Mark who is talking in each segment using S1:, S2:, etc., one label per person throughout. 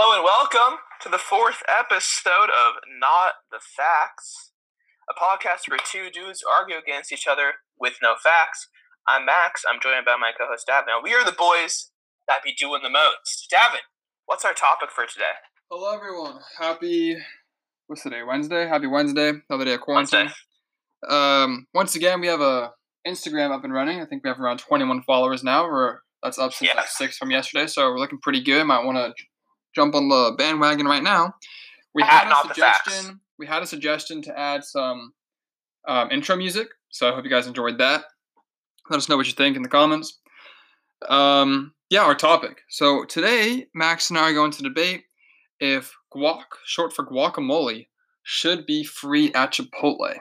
S1: Welcome to the fourth episode of Not the Facts, a podcast where two dudes argue against each other with no facts. I'm Max. I'm joined by my co host, Davin. And We are the boys that be doing the most. Davin, what's our topic for today?
S2: Hello, everyone. Happy what's today? Wednesday. Happy Wednesday. Another day of quarantine. Um, once again, we have a Instagram up and running. I think we have around 21 followers now. We're that's up since like
S1: Yes.
S2: six from yesterday, so we're looking pretty good. Might want to jump on the bandwagon right now. We had
S1: Not
S2: a
S1: the facts.
S2: suggestion. We had a suggestion to add some um, intro music. So I hope you guys enjoyed that. Let us know what you think in the comments. Um, yeah, our topic. So today, Max and I are going to debate if guac, short for guacamole, should be free at Chipotle.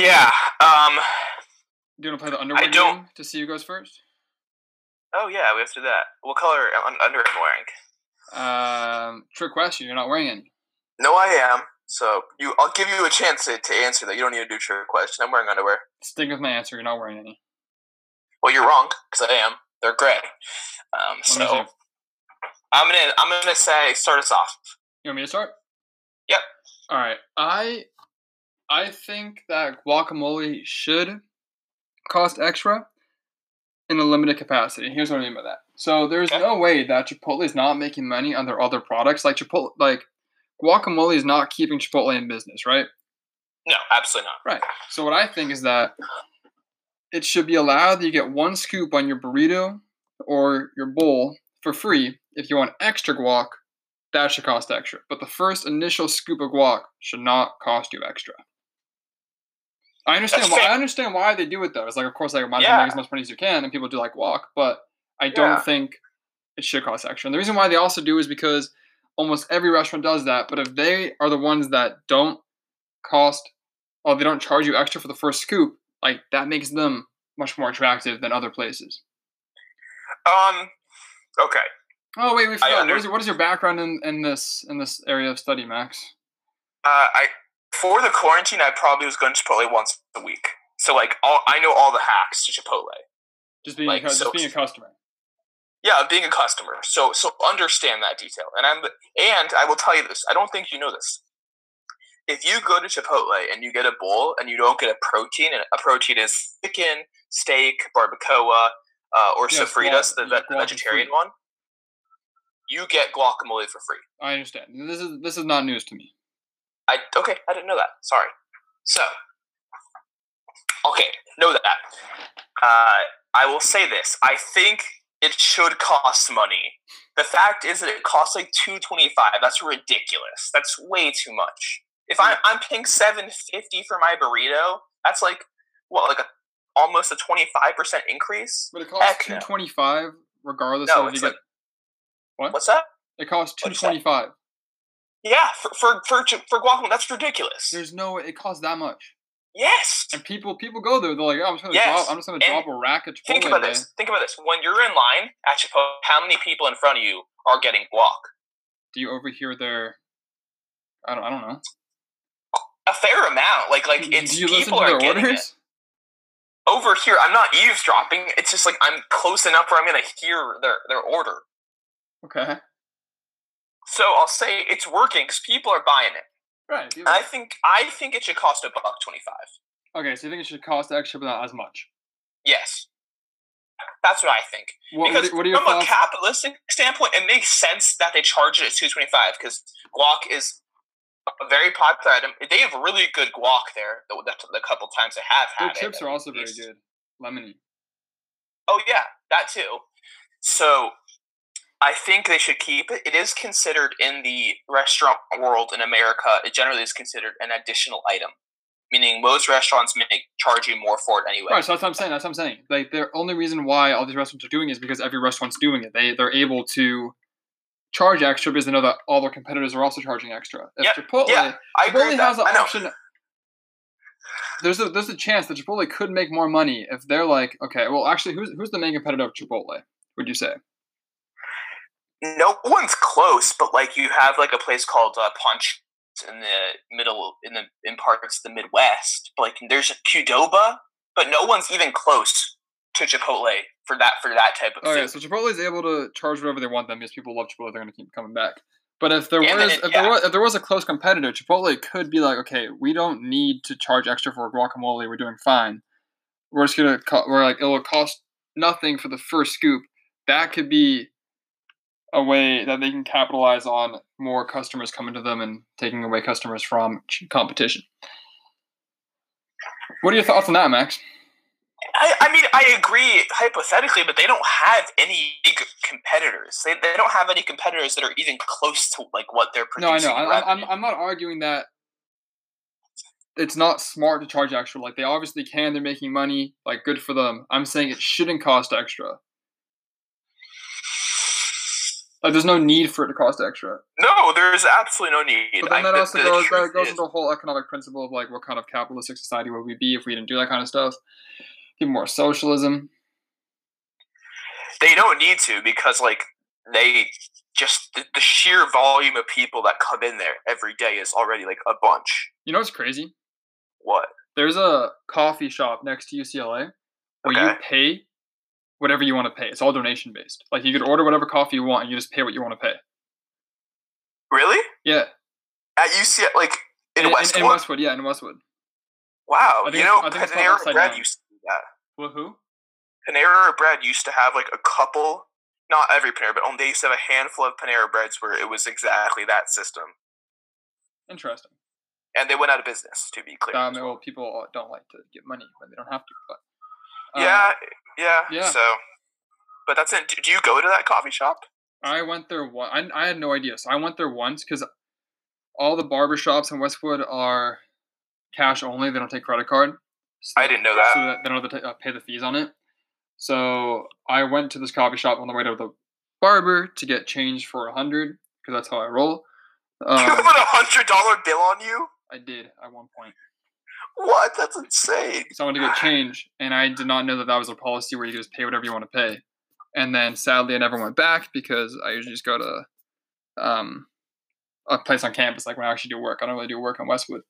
S1: Yeah. Um,
S2: Do you want to play the underwear
S1: don't-
S2: game to see who goes first?
S1: oh, yeah, we have to do that. What color un- underwear am I wearing?
S2: Um, trick question. You're not wearing any.
S1: No, I am. So you, I'll give you a chance to, to answer that. You don't need to do your question. I'm wearing underwear.
S2: Stick with my answer. You're not wearing any.
S1: Well, you're wrong because I am. They're gray. Um,
S2: What do you
S1: so
S2: think?
S1: I'm gonna I'm gonna say start us off.
S2: you want me to start?
S1: Yep.
S2: All right. I I think that guacamole should cost extra in a limited capacity. Here's what I mean by that. So there's
S1: Okay.
S2: no way that Chipotle is not making money on their other products. Like Chipotle, like guacamole is not keeping Chipotle in business, right?
S1: No, absolutely not.
S2: Right. So what I think is that it should be allowed that you get one scoop on your burrito or your bowl for free. If you want extra guac, that should cost extra. But the first initial scoop of guac should not cost you extra. I understand.
S1: That's
S2: Why,
S1: fair.
S2: I understand why they do it though. It's like, of course, like might as well
S1: Yeah.
S2: make as much money as you can, and people do like guac. But I don't
S1: Yeah.
S2: think it should cost extra. And the reason why they also do is because almost every restaurant does that. But if they are the ones that don't cost or they don't charge you extra for the first scoop, like that makes them much more attractive than other places.
S1: Um, okay.
S2: Oh wait, we forgot.
S1: under-
S2: What is, your, what is your background in, in this in this area of study, Max?
S1: Uh, I for the quarantine, I probably was going to Chipotle once a week. So like, all I know all the hacks to Chipotle.
S2: Just being
S1: Like,
S2: a, cu-
S1: so-
S2: just being a customer.
S1: Yeah, of being a customer. So so understand that detail. And I'm and I will tell you this. I don't think you know this. If you go to Chipotle and you get a bowl and you don't get a protein, and a protein is chicken, steak, barbacoa, uh, or
S2: Yeah,
S1: sofritas,
S2: guac-
S1: the, ve- the
S2: guac is
S1: vegetarian
S2: free.
S1: one, you get guacamole for free.
S2: I understand. This is this is not news to me.
S1: I okay, I didn't know that. Sorry. So, okay, know that. Uh, I will say this. I think it should cost money. The fact is that it costs like two twenty five. That's ridiculous. That's way too much. If I, I'm paying seven fifty for my burrito, that's like what, like a, almost a twenty five percent increase.
S2: But it costs
S1: Heck
S2: two
S1: no.
S2: twenty five regardless
S1: No,
S2: of if
S1: it's
S2: you
S1: like
S2: get what?
S1: What's that?
S2: it costs two
S1: what'd you say?
S2: twenty five.
S1: Yeah, for for for, chi- for guacamole, that's ridiculous.
S2: There's no way it costs that much.
S1: yes.
S2: And people people go there, they're like, oh, I'm just gonna
S1: Yes,
S2: drop I'm just gonna
S1: and
S2: drop a rack of Chipotle.
S1: Think about
S2: today."
S1: this. Think about this. When you're in line at Chipotle, how many people in front of you are getting guac?
S2: Do you overhear their I don't I don't know.
S1: A fair amount. Like like
S2: Do-
S1: it's
S2: do you listen
S1: people
S2: to
S1: are
S2: their
S1: getting it.
S2: orders?
S1: Over here, I'm not eavesdropping. It's just like I'm close enough where I'm gonna hear their their order.
S2: Okay.
S1: So I'll say it's working because people are buying it.
S2: Right. do
S1: And I think I think it should cost a buck twenty five.
S2: that. Okay, so you think it should cost extra, but not as much.
S1: Yes, that's what I think.
S2: What, what,
S1: because
S2: are- what are your
S1: from
S2: thoughts?
S1: a capitalistic standpoint, it makes sense that they charge it at two twenty five because guac is a very popular item. They have really good guac there. The, the, the couple times I have
S2: Their
S1: had
S2: chips
S1: it.
S2: are also very
S1: least.
S2: good. Lemony.
S1: Oh yeah, that too. So I think they should keep it. It is considered in the restaurant world in America. It generally is considered an additional item, meaning most restaurants make charge you more for it anyway.
S2: Right, so that's what I'm saying. That's what I'm saying. Like the only reason why all these restaurants are doing it is because every restaurant's doing it. They they're able to charge extra because they know that all their competitors are also charging extra. If
S1: Yep,
S2: Chipotle
S1: yeah, I agree
S2: Chipotle
S1: with
S2: has
S1: that.
S2: an
S1: I know.
S2: option. There's a there's a chance that Chipotle could make more money if they're like, okay, well actually who's who's the main competitor of Chipotle, would you say?
S1: no one's close, but like you have like a place called uh, Punch in the middle in the in parts of the Midwest. Like there's Qdoba, but no one's even close to Chipotle for that for that type of
S2: Oh yeah,
S1: thing.
S2: so Chipotle is able to charge whatever they want them because people love Chipotle. They're going to keep coming back. But if there
S1: Yeah,
S2: was
S1: and-
S2: if there
S1: yeah.
S2: was if there was a close competitor, Chipotle could be like, okay, we don't need to charge extra for guacamole. We're doing fine. We're just gonna co- we're like it'll cost nothing for the first scoop. That could be a way that they can capitalize on more customers coming to them and taking away customers from ch- competition. What are your thoughts on that, Max?
S1: I, I mean, I agree hypothetically, but they don't have any big competitors. They, they don't have any competitors that are even close to like what they're
S2: No, I
S1: producing.
S2: know. I,
S1: revenue.
S2: I'm- I'm, I'm not arguing that it's not smart to charge extra. Like, they obviously can. They're making money. Like, good for them. I'm saying it shouldn't cost extra. Like, there's no need for it to cost extra.
S1: No, there's absolutely no need.
S2: But
S1: I-
S2: then that
S1: the-
S2: also
S1: the
S2: goes,
S1: truth
S2: that goes
S1: is-
S2: into the whole economic principle of, like, what kind of capitalistic society would we be if we didn't do that kind of stuff? Be more socialism.
S1: they don't need to because like they just the, the sheer volume of people that come in there every day is already like a bunch.
S2: You know what's crazy?
S1: What?
S2: There's a coffee shop next to UCLA where you
S1: Okay.
S2: pay whatever you want to pay. It's all donation based. Like you could order whatever coffee you want and you just pay what you want to pay.
S1: Really?
S2: Yeah.
S1: At UC like in,
S2: in, in-
S1: Westwood?
S2: in Westwood, yeah, in Westwood.
S1: wow.
S2: I think
S1: You
S2: it's-
S1: know,
S2: I think it's called
S1: Panera
S2: Upside
S1: Bread
S2: Down.
S1: used to do that.
S2: Woohoo!
S1: Panera Bread used to have like a couple not every Panera, but um, they used to have a handful of Panera Breads where it was exactly that system.
S2: Interesting.
S1: And they went out of business, to be clear.
S2: Um, well, people don't like to get money when they don't have to. But um,
S1: yeah, yeah,
S2: yeah.
S1: So, but that's it. Do- Do you go to that coffee shop?
S2: I went there one. I, I had no idea, so I went there once because all the barber shops in Westwood are cash only. They don't take credit card. So,
S1: I didn't know that.
S2: So that they don't have to ta- uh, pay the fees on it. So I went to this coffee shop on the way to the barber to get change for a hundred because that's how I roll.
S1: you
S2: Um,
S1: put a hundred dollar bill on you?
S2: I did at one point.
S1: What? That's insane.
S2: So I went to get change, and I did not know that that was a policy where you just pay whatever you want to pay. And then sadly, I never went back because I usually just go to um, a place on campus, like when I actually do work. I don't really do work on Westwood.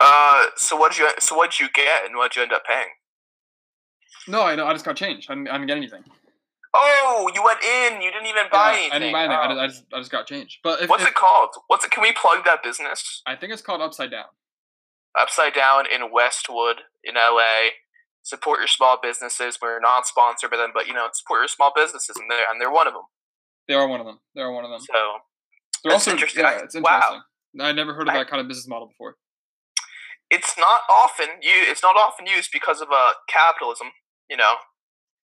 S1: Uh, so what did you? So what did you get, and what did you end up paying?
S2: No, I, I just got change. I didn't, I didn't get anything.
S1: Oh, you went in. You didn't even buy
S2: Yeah,
S1: anything.
S2: I didn't buy anything. I,
S1: Oh.
S2: just, I, just, I just got change. But if,
S1: What's
S2: if-
S1: it called? What's it? Can we plug that business?
S2: I think it's called Upside Down.
S1: Upside down in Westwood in LA. Support your small businesses. We're not sponsored by them, but you know, support your small businesses, and they're and they're one of them.
S2: They are one of them. They are one of them.
S1: So
S2: They're
S1: that's
S2: also
S1: interesting.
S2: yeah,
S1: I-
S2: it's
S1: wow.
S2: interesting. I never heard of
S1: I-
S2: that kind of business model before.
S1: it's not often you. It's not often used because of uh, capitalism. You know,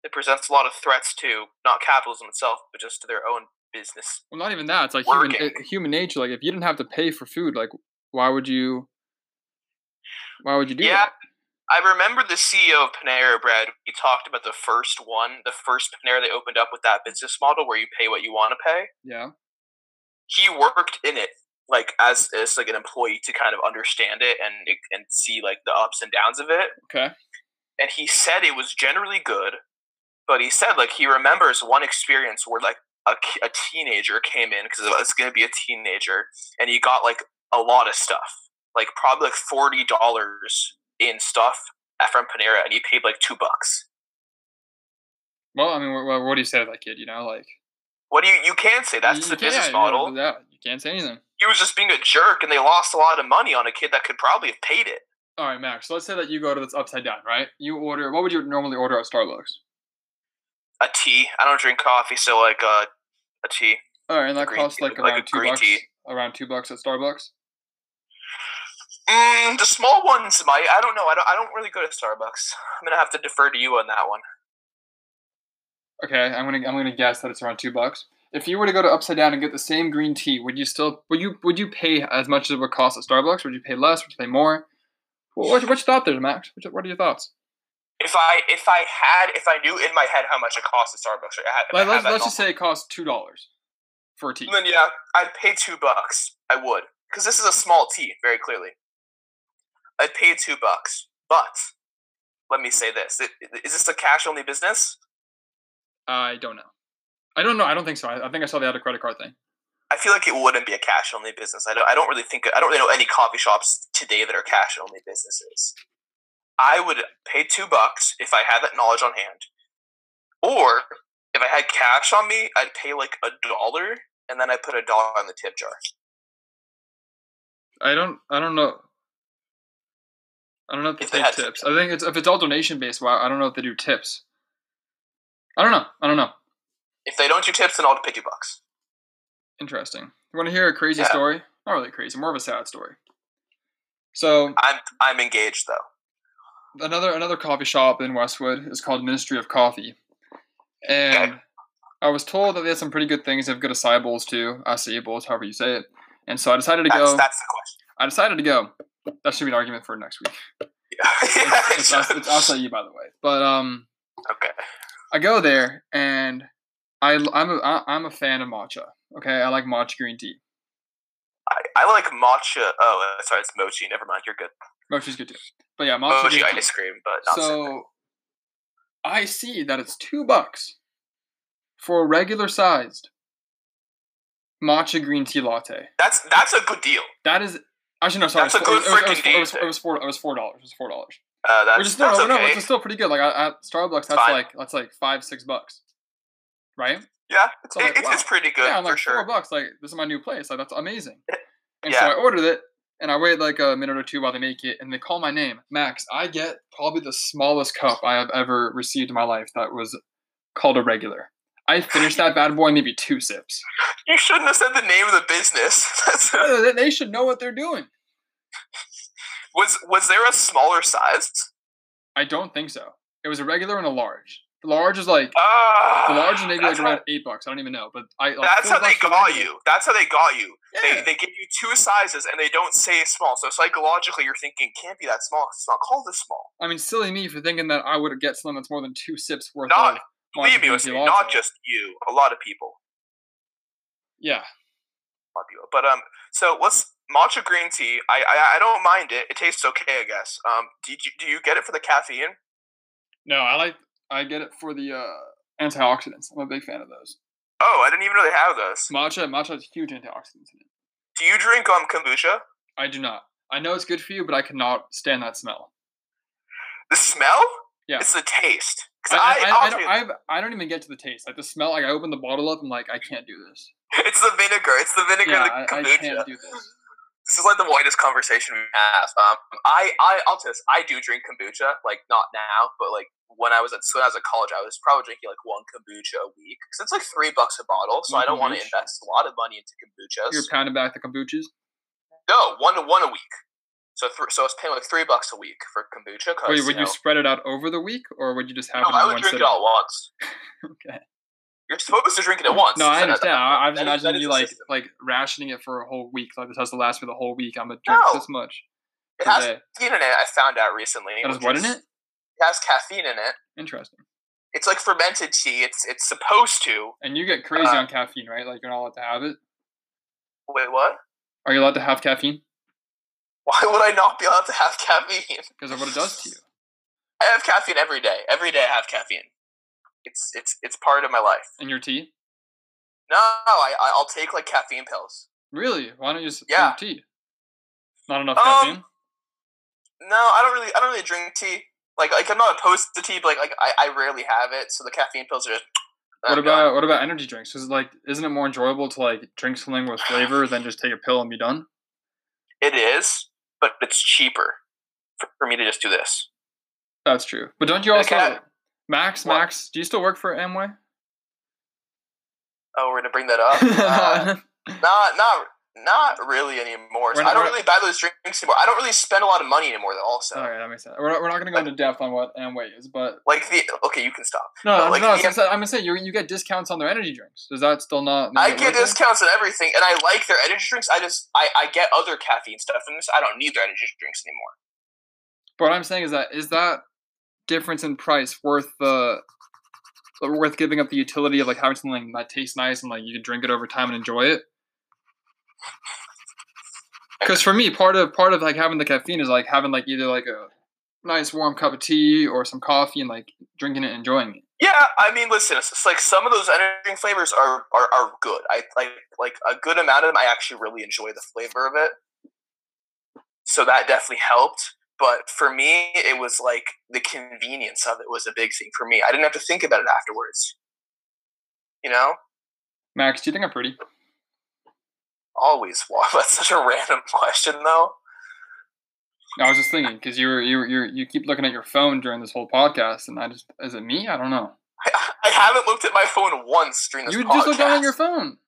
S1: it presents a lot of threats to not capitalism itself, but just to their own business.
S2: Well, not even that. It's like human,
S1: Working.
S2: uh, human nature. Like if you didn't have to pay for food, like why would you? Why would you do
S1: Yeah,
S2: that?
S1: I remember the CEO of Panera Bread. He talked about the first one, the first Panera they opened up with that business model where you pay what you want to pay.
S2: Yeah.
S1: He worked in it, like as as like an employee to kind of understand it and and see like the ups and downs of it.
S2: Okay.
S1: and he said it was generally good but he said like he remembers one experience where like a, ki- a teenager came in because it's going to be a teenager and he got like a lot of stuff like probably like $40 in stuff at- from panera and he paid like two bucks
S2: Well, I mean, what, what do you say to that kid? You know, like
S1: what do you you can't say that's
S2: you
S1: the
S2: can't-
S1: business
S2: yeah,
S1: model
S2: You, know, yeah, you can't say anything.
S1: he was just being a jerk and they lost a lot of money on a kid that could probably have paid it
S2: All right, Max. So let's say that you go to this upside down, right? You order. What would you normally order at Starbucks?
S1: a tea i don't drink coffee so like uh, a tea
S2: All right, and that
S1: green
S2: costs
S1: tea,
S2: like
S1: like a
S2: around two
S1: green
S2: bucks.
S1: tea.
S2: Around two bucks at Starbucks.
S1: Mm, the small ones might. I don't know. I don't, I don't really go to Starbucks. I'm gonna have to defer to you on that one.
S2: Okay, I'm gonna I'm gonna guess that it's around two bucks. If you were to go to Upside Down and get the same green tea, would you still would you would you pay as much as it would cost at Starbucks? Would you pay less? Would you pay more? Well, what's, what's your thought there, Max? What's your- what are your thoughts?
S1: If I if I had if I knew in my head how much it costs at Starbucks, right, I had, if I
S2: Like,
S1: had
S2: let's
S1: that
S2: let's just say it costs two dollars for a tea.
S1: knowledge, then yeah, I'd pay two bucks. I would, because this is a small tea, very clearly. I'd pay two bucks, but let me say this: I- i- is this a cash only business?
S2: I don't know. I don't know. I don't think so. I, I think I saw the other credit card thing.
S1: I feel like it wouldn't be a cash only business. I don't. I don't really think. I don't really know any coffee shops today that are cash only businesses. I would pay two bucks if I had that knowledge on hand Or if I had cash on me, I'd pay like a dollar and then I put a dollar on the tip jar.
S2: I don't. I don't know. I don't know if they,
S1: If they
S2: take
S1: had
S2: tips. I think it's if it's all donation based. Wow, I don't know if they do tips. I don't know. I don't know.
S1: If they don't do tips, then I'll pay two bucks.
S2: Interesting. You want to hear a crazy
S1: Yeah.
S2: story? Not really crazy. More of a sad story. So
S1: I'm I'm engaged though.
S2: another another coffee shop in Westwood is called Ministry of Coffee, and I was told that they had some pretty good things. They have good acai bowls too, acai bowls, however you say it. And so I decided to
S1: That's
S2: go.
S1: that's the question.
S2: I decided to go. That should be an argument for next week. It's,
S1: Yeah.
S2: it's, it's acai, by the way. But um,
S1: okay.
S2: I go there and I l- I'm a, I- I'm a fan of matcha. Okay, I like matcha green tea.
S1: I, I like matcha. Oh, uh, sorry, it's mochi. Never mind. You're good.
S2: Matcha's good too. But yeah, matcha
S1: Mochi
S2: green tea.
S1: ice cream, but not so,
S2: so I see that it's two bucks for a regular sized matcha green tea latte.
S1: that's that's a good deal.
S2: That is actually no sorry.
S1: That's
S2: it's
S1: a
S2: four-
S1: good
S2: it was- it was-
S1: freaking
S2: it was-
S1: deal,
S2: It was four. It was four dollars. It was four dollars.
S1: Uh, that's
S2: Which is no,
S1: that's
S2: no,
S1: okay.
S2: no, which is still pretty good. Like at, at Starbucks, that's
S1: Fine.
S2: like that's like five, six bucks, right?
S1: yeah, it's,
S2: so, like,
S1: it's, it's
S2: wow.
S1: pretty good
S2: yeah, I'm
S1: for
S2: like oh, four
S1: sure.
S2: bucks. Like this is my new place. Like that's amazing. And so
S1: Yeah.
S2: I ordered it, and I wait like a minute or two while they make it, and they call my name, Max. I get probably the smallest cup I have ever received in my life. That was called a regular. I finished that bad boy in maybe two sips.
S1: You shouldn't have said the name of the business. That's-
S2: Uh, they- They should know what they're doing.
S1: was was there a smaller size?
S2: I don't think so. It was a regular and a large. The large is like
S1: Ah,
S2: the large is maybe like
S1: that's
S2: around eight bucks. I don't even know, but I.
S1: how,
S2: Like,
S1: that's
S2: four
S1: how they
S2: bucks for
S1: got
S2: regular.
S1: you. That's how they got you.
S2: Yeah.
S1: They, they give you two sizes and they don't say small. So psychologically, you're thinking it can't be that small. 'cause It's not called this small.
S2: I mean, silly me for thinking that I would get something that's more than two sips worth.
S1: Not-
S2: of
S1: Believe me,
S2: Monster
S1: it's
S2: Energy
S1: not
S2: latte.
S1: just you. A lot of people.
S2: yeah.
S1: lot of people. But um, so let's matcha green tea. I I, I don't mind it. It tastes okay, I guess. Um, did you do you get it for the caffeine?
S2: No, I like I get it for the uh, antioxidants. I'm a big fan of those.
S1: Oh, I didn't even know they have those.
S2: Matcha, matcha has huge antioxidants in it.
S1: Do you drink um kombucha?
S2: I do not. I know it's good for you, but I cannot stand that smell.
S1: The smell?
S2: Yeah.
S1: It's the taste. 'Cause
S2: I, I, I, I, don't,
S1: honestly,
S2: I've, I don't even get to the taste. Like the smell, like I open the bottle up, I'm like, I can't do this.
S1: it's the vinegar. It's the vinegar.
S2: Yeah,
S1: in
S2: I,
S1: the
S2: I
S1: kombucha.
S2: can't do this.
S1: this is like the whitest conversation we have. Um, I, I, I'll tell you this. I do drink kombucha, like not now, but like when I was at when I was at college, I was probably drinking like one kombucha a week because it's like three bucks a bottle. So
S2: One
S1: I don't want to
S2: kombucha?
S1: invest a lot of money into kombuchas.
S2: You're pounding back the kombuchas.
S1: No, one to one a week. So th- so I was paying like three bucks a week for kombucha. 'cause,
S2: Wait, would you
S1: know-
S2: spread it out over the week, or would you just have
S1: Oh, No,
S2: it in
S1: I would
S2: one
S1: drink
S2: sitting?
S1: it all at once.
S2: Okay.
S1: You're supposed to drink it at once.
S2: No, I
S1: Isn't that-
S2: understand. I, I was
S1: that is- that
S2: imagining
S1: is
S2: you
S1: the
S2: like
S1: system.
S2: like rationing it for a whole week. Like this has to last for the whole week. I'm gonna drink
S1: No.
S2: this much
S1: It
S2: per
S1: has
S2: day.
S1: caffeine in it. I found out recently.
S2: That is
S1: which
S2: what in it?
S1: It has caffeine in it.
S2: Interesting.
S1: It's like fermented tea. It's it's supposed to.
S2: And you get crazy
S1: Uh,
S2: on caffeine, right? Like you're not allowed to have it.
S1: Wait, what?
S2: Are you allowed to have caffeine?
S1: Why would I not be allowed to have caffeine?
S2: Because of what it does to you.
S1: I have caffeine every day. Every day I have caffeine. It's it's it's part of my life.
S2: In your tea?
S1: No, I I- I'll take like caffeine pills.
S2: Really? Why don't you just
S1: Yeah.
S2: drink tea? Not enough
S1: Um,
S2: caffeine?
S1: No, I don't really. I don't really drink tea. Like, like I'm not opposed to tea, but like, like I, I rarely have it. So the caffeine pills are. Just,
S2: What
S1: I'm done.
S2: about what about energy drinks? Is like isn't it more enjoyable to like drink something with flavor than just take a pill and be done?
S1: It is, but it's cheaper for, for me to just do this.
S2: That's true. But don't you also
S1: Okay, I-
S2: Max,
S1: What?
S2: Max, do you still work for Amway?
S1: Oh, we're gonna bring that up. Uh, not, not, not really anymore.
S2: We're
S1: I don't
S2: not-
S1: really buy those drinks anymore. I don't really spend a lot of money anymore, though. Also,
S2: Alright, that makes sense. We're not, we're not gonna go into depth on what Amway is, but
S1: like the okay, you can stop.
S2: no,
S1: But,
S2: no,
S1: like,
S2: no, I was
S1: the-
S2: gonna say- I'm gonna say you you get discounts on their energy drinks. Is that still not?
S1: I
S2: not
S1: get
S2: working?
S1: discounts on everything, and I like their energy drinks. I just, I, I get other caffeine stuff from this. I don't need their energy drinks anymore.
S2: But what I'm saying is that is that difference in price worth the uh, worth giving up the utility of like having something that tastes nice and like you can drink it over time and enjoy it? Because for me, part of part of like having the caffeine is like having like either like a nice warm cup of tea or some coffee and like drinking it and enjoying it.
S1: Yeah, I mean, listen, it's, it's like some of those energy drink flavors are, are are good. I like like a good amount of them. I actually really enjoy the flavor of it, so that definitely helped. But for me, it was like the convenience of it was a big thing for me. I didn't have to think about it afterwards. You know,
S2: Max, do you think I'm pretty?
S1: always walk. That's such a random question, though.
S2: No, I was just thinking because you were you were you were- you keep looking at your phone during this whole podcast, and I just is it me? I don't know.
S1: I, I haven't looked at my phone once during this
S2: you
S1: podcast.
S2: just looked down at your phone.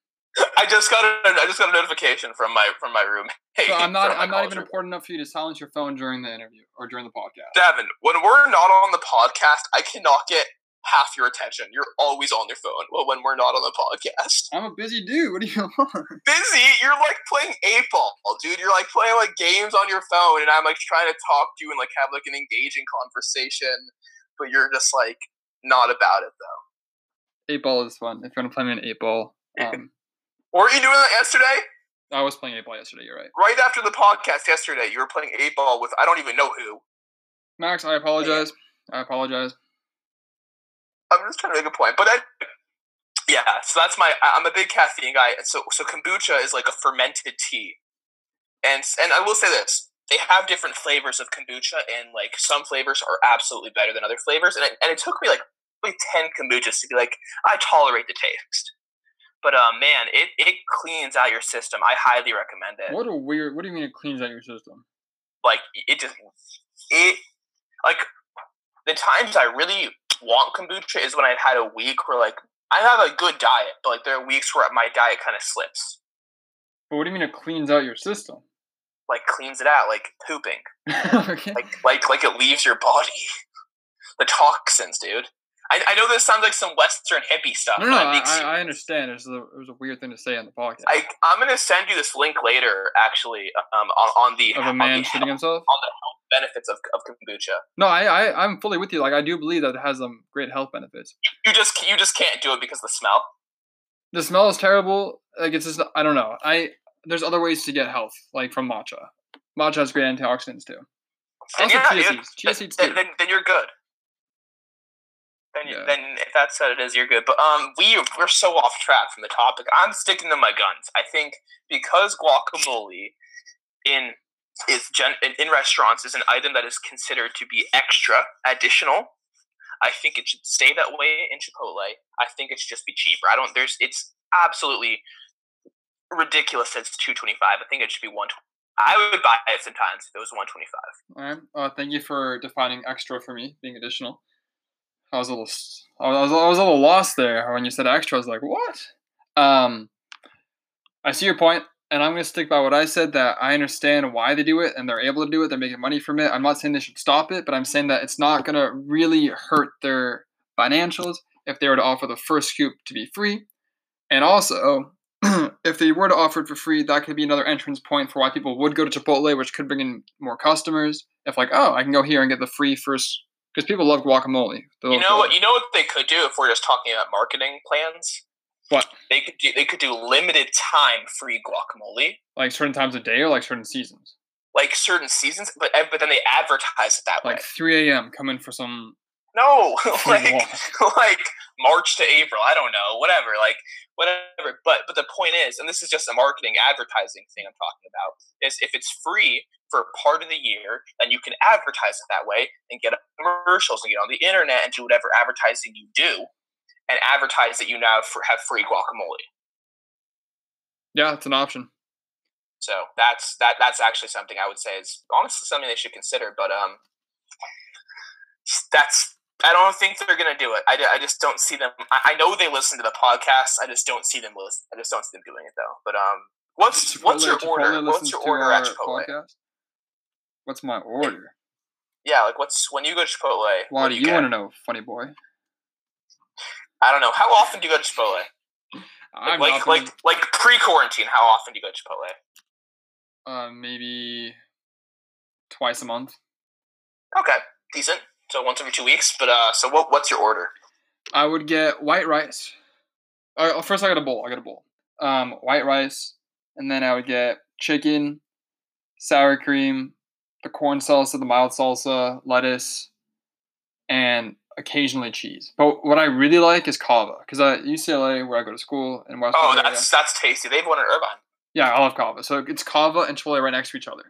S1: I just got a, I just got a notification from my from my roommate.
S2: So I'm not
S1: from my college
S2: I'm not even
S1: roommate.
S2: important enough for you to silence your phone during the interview or during the podcast.
S1: Devin, when we're not on the podcast, I cannot get half your attention. You're always on your phone. Well, when we're not on the podcast,
S2: I'm a busy dude. What do you want?
S1: busy, you're like playing eight ball, dude. You're like playing like games on your phone, and I'm like trying to talk to you and like have like an engaging conversation, but you're just like not about it though.
S2: Eight ball is fun. If you want to play me an eight ball, um,
S1: Weren't you doing that yesterday?
S2: I was playing eight ball yesterday. You're right,
S1: Right after the podcast yesterday, you were playing eight ball with I don't even know who.
S2: Max. I apologize. I apologize.
S1: I'm just trying to make a point, but I, yeah. So that's my. I- I'm a big caffeine guy, and so so kombucha is like a fermented tea, and and I will say this: they have different flavors of kombucha, and like some flavors are absolutely better than other flavors, and it, and it took me like like ten kombuchas to be like I tolerate the taste, but uh, man, it it cleans out your system. I highly recommend it
S2: What a weird. What do you mean it cleans out your system?
S1: like it just it like the times I really want kombucha is when I've had a week where like I have a good diet, but like there are weeks where my diet kind of slips,
S2: But what do you mean it cleans out your system?
S1: like cleans it out, like pooping,
S2: okay.
S1: like like like it leaves your body, the toxins, dude. I, I know this sounds like some Western hippie stuff.
S2: No, no,
S1: but I'm
S2: I,
S1: being
S2: I,
S1: serious.
S2: I understand. It was, a, it was a weird thing to say on the podcast
S1: I, I'm gonna send you this link later, actually, um, on, on the
S2: of a
S1: on
S2: man
S1: the
S2: shitting
S1: health
S2: himself.
S1: benefits of, of kombucha.
S2: No, I, I, I'm fully with you. Like, I do believe that it has um great health benefits.
S1: You just you just can't do it because of the smell.
S2: The smell is terrible. Like, it's just I don't know. I there's other ways to get health, like from matcha. Matcha has great antioxidants too.
S1: And
S2: Also,
S1: yeah,
S2: chia
S1: dude,
S2: seeds. Chia seeds
S1: then,
S2: too.
S1: then, then you're good. Then, you
S2: Yeah.
S1: then if that's what it is, you're good. But um, we we're so off track from the topic. I'm sticking to my guns. I think because guacamole in is gen, in, in restaurants is an item that is considered to be extra additional. I think it should stay that way in Chipotle. I think it should just be cheaper. I don't. There's. It's absolutely ridiculous. That it's two twenty five. I think it should be one twenty. I would buy it sometimes if it was one twenty five.
S2: All right. Uh, thank you for defining extra for me, being additional. I was a little, s- I was, I was a little lost there when you said extra. I was like, what? Um, I see your point, and I'm going to stick by what I said. That I understand why they do it, and they're able to do it. They're making money from it. I'm not saying they should stop it, but I'm saying that it's not going to really hurt their financials if they were to offer the first scoop to be free, and also. if they were to offer it for free, that could be another entrance point for why people would go to Chipotle, which could bring in more customers. If like, oh, I can go here and get the free first, because people love guacamole. They
S1: You
S2: love
S1: know what?
S2: guacamole.
S1: You know what they could do if we're just talking about marketing plans.
S2: What?
S1: they could do, they could do limited time free guacamole,
S2: Like certain times of day or like certain seasons.
S1: like certain seasons, but ev- but then they advertise it that
S2: Like
S1: way.
S2: 3 a.m. Come in for some.
S1: No,
S2: free
S1: like
S2: guac.
S1: like March to April. I don't know, whatever. Like whatever. But but the point is, and this is just a marketing advertising thing I'm talking about, is if it's free for part of the year, then you can advertise it that way and get commercials and get on the internet and do whatever advertising you do, and advertise that you now for, have free guacamole.
S2: Yeah, it's an option.
S1: So that's that. That's actually something I would say is honestly something they should consider. But um, that's I don't think they're gonna do it. I, ju- I just don't see them. I, I know they listen to the podcast. I just don't see them listen. I just don't see them doing it though. But um, what's what's your
S2: Chipotle-
S1: order?
S2: Chipotle
S1: What's
S2: listens
S1: your
S2: to
S1: order at
S2: our
S1: Chipotle?
S2: podcast. What's my order?
S1: Yeah, like what's when you go to Chipotle?
S2: Why
S1: what do you, get?
S2: want to know, funny boy?
S1: I don't know. How often do you go to Chipotle?
S2: I'm
S1: like
S2: not
S1: like
S2: gonna-
S1: like pre quarantine. How often do you go to Chipotle?
S2: uh, maybe twice a month.
S1: Okay, decent. So once every two weeks. But uh, so what what's your order?
S2: I would get white rice. Uh, first, I got a bowl. I got a bowl. Um, white rice, and then I would get chicken, sour cream, the corn salsa, the mild salsa, lettuce, and occasionally cheese. But what I really like is cava because at UCLA, where I go to school in West.
S1: Oh,
S2: Bay Area-
S1: that's that's tasty. They have one in Irvine.
S2: yeah, I love cava. So it's cava and Chipotle right next to each other.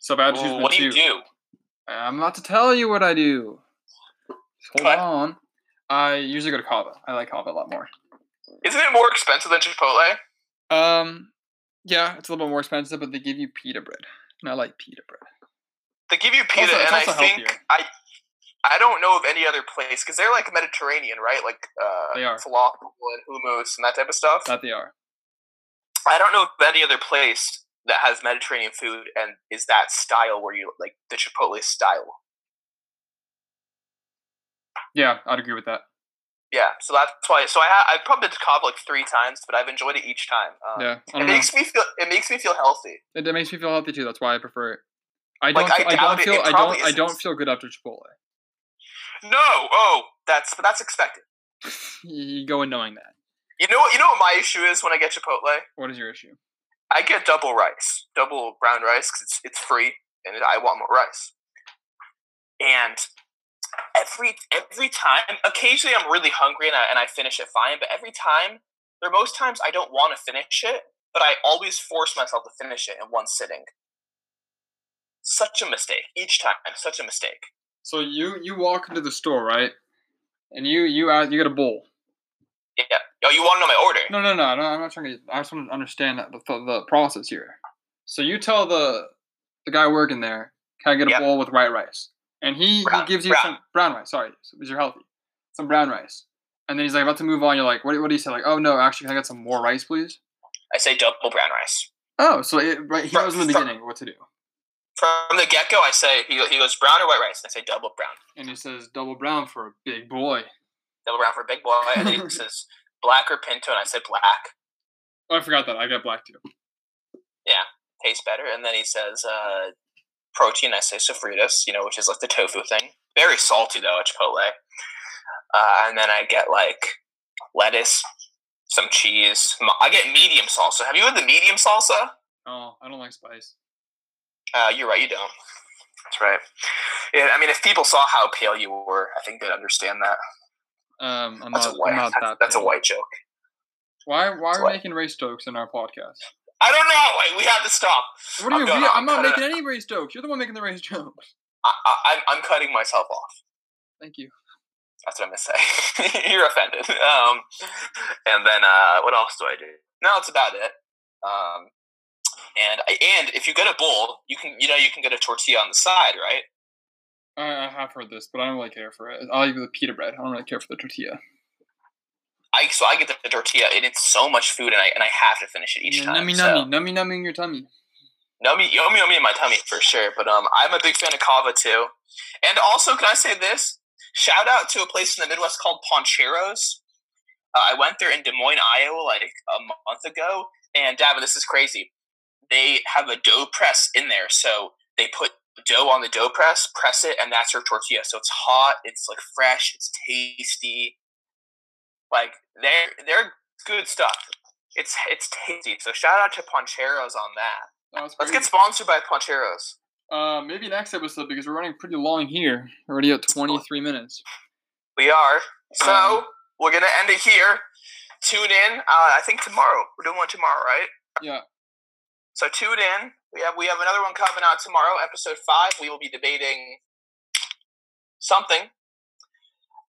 S2: So if I had to choose
S1: Ooh,
S2: between
S1: what
S2: the
S1: do you
S2: two,
S1: do?
S2: I'm about to tell you what I do. Just hold
S1: What?
S2: on. I usually go to Kava. I like Kava a lot more.
S1: Isn't it more expensive than Chipotle?
S2: Um, yeah, it's a little bit more expensive, but they give you pita bread, and I like pita bread.
S1: They give you pita,
S2: also- it's
S1: and I
S2: also
S1: think
S2: healthier.
S1: I I don't know of any other place because they're like Mediterranean, right? Like uh,
S2: They are.
S1: falafel and hummus and that type of stuff.
S2: That they are.
S1: I don't know of any other place that has Mediterranean food and is that style where you like the Chipotle style.
S2: Yeah, I'd agree with that.
S1: Yeah, so that's why. So I ha- I've probably been to Cobb like three times, but I've enjoyed it each time. Um,
S2: yeah, I
S1: It
S2: don't know.
S1: makes me feel. It makes me feel healthy.
S2: It, it makes me feel healthy too. That's why I prefer it. I don't.
S1: Like,
S2: fe-
S1: I
S2: I,
S1: doubt
S2: don't
S1: it-
S2: feel.
S1: it
S2: I
S1: probably
S2: don't. I don't
S1: isn't.
S2: feel good after Chipotle.
S1: No, oh, that's but that's expected.
S2: You go in knowing that.
S1: You know what? You know what my issue is when I get Chipotle.
S2: What is your issue?
S1: I get double rice, double brown rice, 'cause it's, it's free, and I want more rice. And every every time, occasionally I'm really hungry and I, and I finish it fine, but every time, there are most times I don't want to finish it, but I always force myself to finish it in one sitting. Such a mistake. Each time, such a mistake.
S2: So you you walk into the store right, and you you ask, you get a bowl.
S1: Yeah. Oh, you want to know my order?
S2: No, no, no, no. I'm not trying to. I just want to understand that, the, the process here. So you tell the the guy working there, "Can I get a
S1: Yeah.
S2: bowl with white rice?" And he, he
S1: Brown-
S2: gives you
S1: brown.
S2: some brown rice. Sorry, so these are healthy. Some brown rice. And then he's like about to move on. You're like, "What? do- What do you say?" Like, "Oh no, actually, can I get some more rice, please?"
S1: I say double brown rice.
S2: Oh, so it, right, he
S1: Fr-
S2: knows in the
S1: fr-
S2: beginning what to do.
S1: From the get go, I say, he, he goes brown or white rice? And I say double brown.
S2: And he says, "Double brown for a big boy."
S1: double round for a big boy, and then he says black or pinto, and I said black
S2: Oh, I forgot that. I got black too.
S1: tastes better, and then he says uh, protein, I say sofritas, you know, which is like the tofu thing. Very salty though at Chipotle, uh, and then I get like lettuce, some cheese. m- I get medium salsa. Have you had the medium salsa?
S2: Oh, I don't like spice.
S1: Uh, you're right, you don't. That's right. Yeah, I mean, if people saw how pale you were, I think they'd understand that.
S2: Um, I'm
S1: That's
S2: not.
S1: a white.
S2: I'm not
S1: that's,
S2: that.
S1: that's a
S2: big.
S1: white joke.
S2: Why? Why
S1: It's
S2: are we
S1: white.
S2: making race jokes in our podcast?
S1: I don't know. Wait, we have to stop.
S2: What do
S1: I'm
S2: you mean?
S1: done.
S2: We-
S1: I'm
S2: I'm not
S1: cutting
S2: making any race jokes. You're the one making the race jokes.
S1: I, I, I'm- I'm cutting myself off.
S2: Thank you.
S1: That's what I'm gonna say. You're offended. Um, and then uh, what else do I do? No, that's about it. Um, and I, and if you get a bowl, you can you know you can get a tortilla on the side, right?
S2: I, I have heard this, but I don't really care for it. I'll give you the pita bread. I don't really care for the tortilla.
S1: I so I get the, the tortilla, and it's so much food, and I and I have to finish it each
S2: Yeah,
S1: time.
S2: nummy,
S1: so.
S2: nummy, nummy, nummy in your tummy.
S1: Yummy, yummy, yummy in my tummy for sure. But um, I'm a big fan of kava too. And also, can I say this? Shout out to a place in the Midwest called Poncheros. Uh, I went there in Des Moines, Iowa, like a month ago. And Davin, this is crazy. They have a dough press in there, so they put dough on the dough press, press it, and that's your tortilla. So it's hot, it's like fresh, it's tasty. Like they're they're good stuff. It's it's tasty. So shout out to Poncheros on that.
S2: Oh, that's
S1: Let's
S2: crazy.
S1: get sponsored by Poncheros.
S2: uh, maybe next episode because we're running pretty long here. We're already at 23 minutes.
S1: We are. So
S2: Um,
S1: we're gonna end it here. Tune in. Uh, I think tomorrow we're doing one tomorrow, right?
S2: Yeah.
S1: So tune in. We have we have another one coming out tomorrow, episode five. We will be debating something.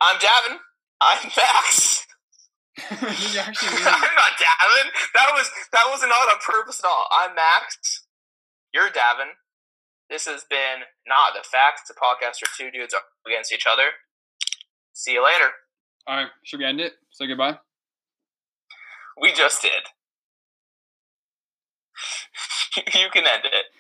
S1: I'm Davin. I'm Max.
S2: you actually
S1: I'm
S2: really-
S1: not Davin. That was that was not on purpose at all. I'm Max. You're Davin. This has been not the facts. The podcast where two dudes are against each other. See you later.
S2: All right, should we end it? Say goodbye.
S1: We just did. you can end it.